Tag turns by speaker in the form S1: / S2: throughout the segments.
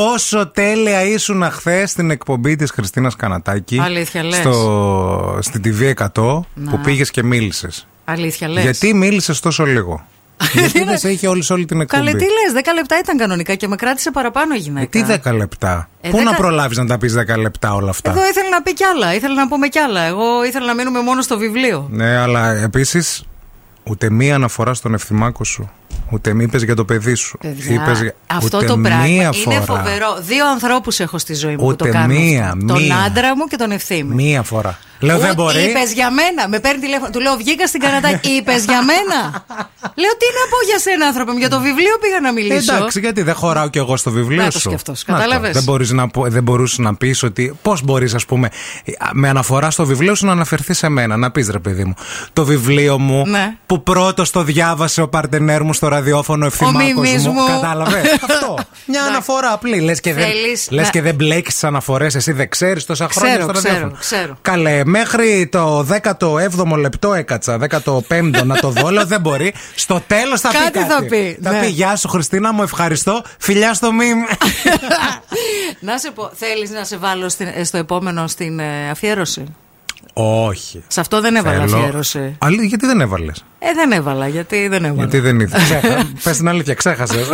S1: πόσο τέλεια ήσουν χθε στην εκπομπή της Χριστίνας Κανατάκη.
S2: Αλήθεια, λες.
S1: στο, Στην TV100 που πήγες και μίλησες.
S2: Αλήθεια λες.
S1: Γιατί μίλησες τόσο λίγο. Γιατί δεν σε είχε όλη, σε όλη την εκπομπή.
S2: Καλέ, τι λες, 10 λεπτά ήταν κανονικά και με κράτησε παραπάνω η
S1: Ε,
S2: γυναίκα.
S1: τι 10 λεπτά.
S2: Ε,
S1: Πού να
S2: δέκα-
S1: προλάβεις να τα πεις 10 λεπτά όλα αυτά.
S2: Εδώ ήθελε να πει κι άλλα, ήθελε να πούμε κι άλλα. Εγώ ήθελα να μείνουμε μόνο στο βιβλίο.
S1: Ναι, αλλά επίσης ούτε μία αναφορά στον ευθυμάκο σου. Ούτε μη είπες για το παιδί σου.
S2: Παιδιά,
S1: Είπες για-
S2: αυτό
S1: ούτε
S2: το πράγμα
S1: μία
S2: είναι
S1: φορά.
S2: φοβερό. Δύο ανθρώπους έχω στη ζωή μου που
S1: Ούτε
S2: το κάνουν.
S1: μία,
S2: αυτό.
S1: μία.
S2: Τον άντρα μου και τον ευθύμη.
S1: Μία φορά. Λέω δεν μπορεί.
S2: Είπες για μένα. Με παίρνει τηλέφωνο. Του λέω βγήκα στην Κανατάκη. Είπες για μένα. λέω τι να πω για σένα, άνθρωπο μου. Για το βιβλίο πήγα να μιλήσω.
S1: Ε, Εντάξει, γιατί δεν χωράω κι εγώ στο βιβλίο
S2: Να το
S1: σου.
S2: σκεφτός,
S1: Να το.
S2: κατάλαβες.
S1: Δεν, μπορείς να, πω- δεν μπορούσε να πεις ότι. Πώς μπορείς, ας πούμε, με αναφορά στο βιβλίο σου να αναφερθείς σε μένα. Να πεις ρε, παιδί μου. Το βιβλίο μου
S2: Ναι.
S1: που πρώτος το διάβασε ο παρτενέρ μου στο ραδιόφωνο ευθυμάκο
S2: μιμής
S1: μου.
S2: μου.
S1: Κατάλαβες. Αυτό. Μια αναφορά απλή. Λες και, δεν,
S2: Θέλεις
S1: λες
S2: να-
S1: και δεν μπλέκεις τις αναφορές. Εσύ δεν ξέρεις τόσα
S2: Ξέρω,
S1: χρόνια στο
S2: ξέρω,
S1: ραδιόφωνο.
S2: ξέρω.
S1: Καλέ, μέχρι το 17ο λεπτό έκατσα, 15ο να το δω, λέω, δεν μπορεί. Στο τέλος θα
S2: Κάτι
S1: πει.
S2: θα πει,
S1: Θα
S2: ναι.
S1: πει, Γεια σου, Χριστίνα, μου ευχαριστώ. Φιλιά στο μιμ.
S2: να σε πω, θέλεις να σε βάλω στην- ε, στο επόμενο στην ε, αφιέρωση.
S1: Όχι.
S2: Σε αυτό δεν έβαλα
S1: Θέλω-
S2: αφιέρωση. Ναι.
S1: Αλή- γιατί δεν έβαλες.
S2: Ε, δεν έβαλα, γιατί δεν έβαλα.
S1: Γιατί δεν ήθελε. Πες την αλήθεια, ξέχασες.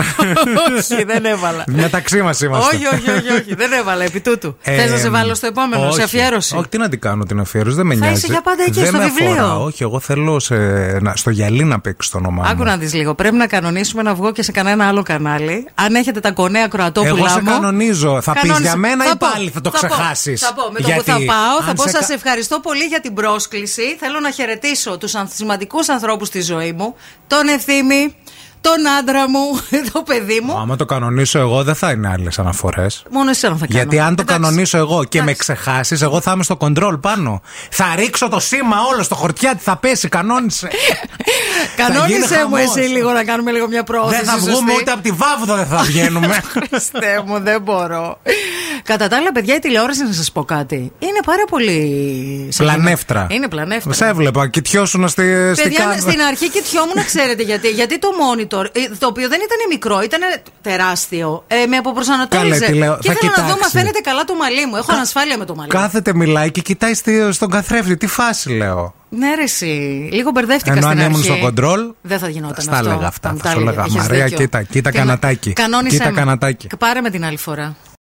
S2: όχι, δεν έβαλα.
S1: Μεταξύ μας είμαστε.
S2: όχι, όχι, όχι, όχι, δεν έβαλα επί τούτου.
S1: Ε,
S2: Θες να σε βάλω στο επόμενο,
S1: όχι.
S2: σε αφιέρωση.
S1: Όχι, τι να την κάνω την αφιέρωση, δεν με
S2: Θα
S1: νοιάζει.
S2: είσαι για πάντα εκεί,
S1: δεν
S2: στο
S1: με
S2: βιβλίο.
S1: αφορά, όχι, εγώ θέλω σε, να, στο γυαλί να παίξει το όνομά μου.
S2: Άκου να δεις λίγο. Πρέπει να κανονίσουμε να βγω και σε κανένα άλλο κανάλι. Αν έχετε τα κονέα κροατόπουλα
S1: Εγώ σε
S2: μου,
S1: κανονίζω. Θα πεις
S2: κανόνισε.
S1: για μένα ή
S2: πω,
S1: πάλι θα το
S2: πω,
S1: ξεχάσεις.
S2: Θα πω. Με το
S1: Γιατί
S2: που θα πάω, θα
S1: αν
S2: πω.
S1: σε
S2: Σας
S1: κα-
S2: ευχαριστώ πολύ για την πρόσκληση. Θέλω να χαιρετήσω τους σημαντικούς ανθρώπους στη ζωή μου. Τον ευθύμη, τον άντρα μου, το παιδί μου.
S1: Άμα το κανονίσω εγώ, δεν θα είναι άλλες αναφορές.
S2: Μόνο εσένα θα κάνω.
S1: Γιατί αν το
S2: Εντάξει.
S1: κανονίσω εγώ και με
S2: Εντάξει.
S1: ξεχάσεις, εγώ θα είμαι στο κοντρόλ πάνω. Θα ρίξω το σήμα όλο στο χορτιάτι, θα πέσει, κανόνισε. Θα
S2: Κανόνισε
S1: γίνει
S2: μου
S1: χαμός.
S2: εσύ λίγο να κάνουμε λίγο μια πρόοδο.
S1: Δεν θα βγούμε ούτε από τη βάβδο, δεν θα βγαίνουμε.
S2: Χριστέ μου, δεν μπορώ. Κατά τα άλλα, παιδιά, η τηλεόραση να σας πω κάτι. Είναι πάρα πολύ.
S1: Πλανεύτρα.
S2: Είναι πλανεύτρα.
S1: Σε έβλεπα, κοιτιώσουν στη, στη
S2: Παιδιά,
S1: κάμερα.
S2: στην αρχή κοιτιόμουν, ξέρετε γιατί. Γιατί το monitor, ε, το οποίο δεν ήταν μικρό, ήταν τεράστιο, ε, με αποπροσανατόλιζε.
S1: Καλέ, τι λέω,
S2: και
S1: θα
S2: ήθελα να δω μα
S1: κοιτάξεις.
S2: φαίνεται καλά το μαλλί μου. Έχω ανασφάλεια με το μαλλί.
S1: Κάθεται, μιλάει και κοιτάει στη- στον καθρέφτη. Τι φάση λέω.
S2: Ναι, ρε, εσύ. Λίγο μπερδεύτηκα
S1: Ενώ
S2: στην
S1: αν
S2: αρχή.
S1: ήμουν στο κοντρόλ.
S2: Δεν θα γινόταν
S1: στα
S2: αυτό.
S1: έλεγα αυτά.
S2: μου
S1: Θα
S2: τα
S1: σου
S2: έλεγε.
S1: έλεγα,
S2: Έχεις
S1: Μαρία,
S2: δίκιο.
S1: κοίτα, κοίτα
S2: Τι να-
S1: κανατάκι.
S2: Κανόνισε
S1: Κοίτα
S2: με.
S1: κανατάκι.
S2: Πάρε με την άλλη φορά.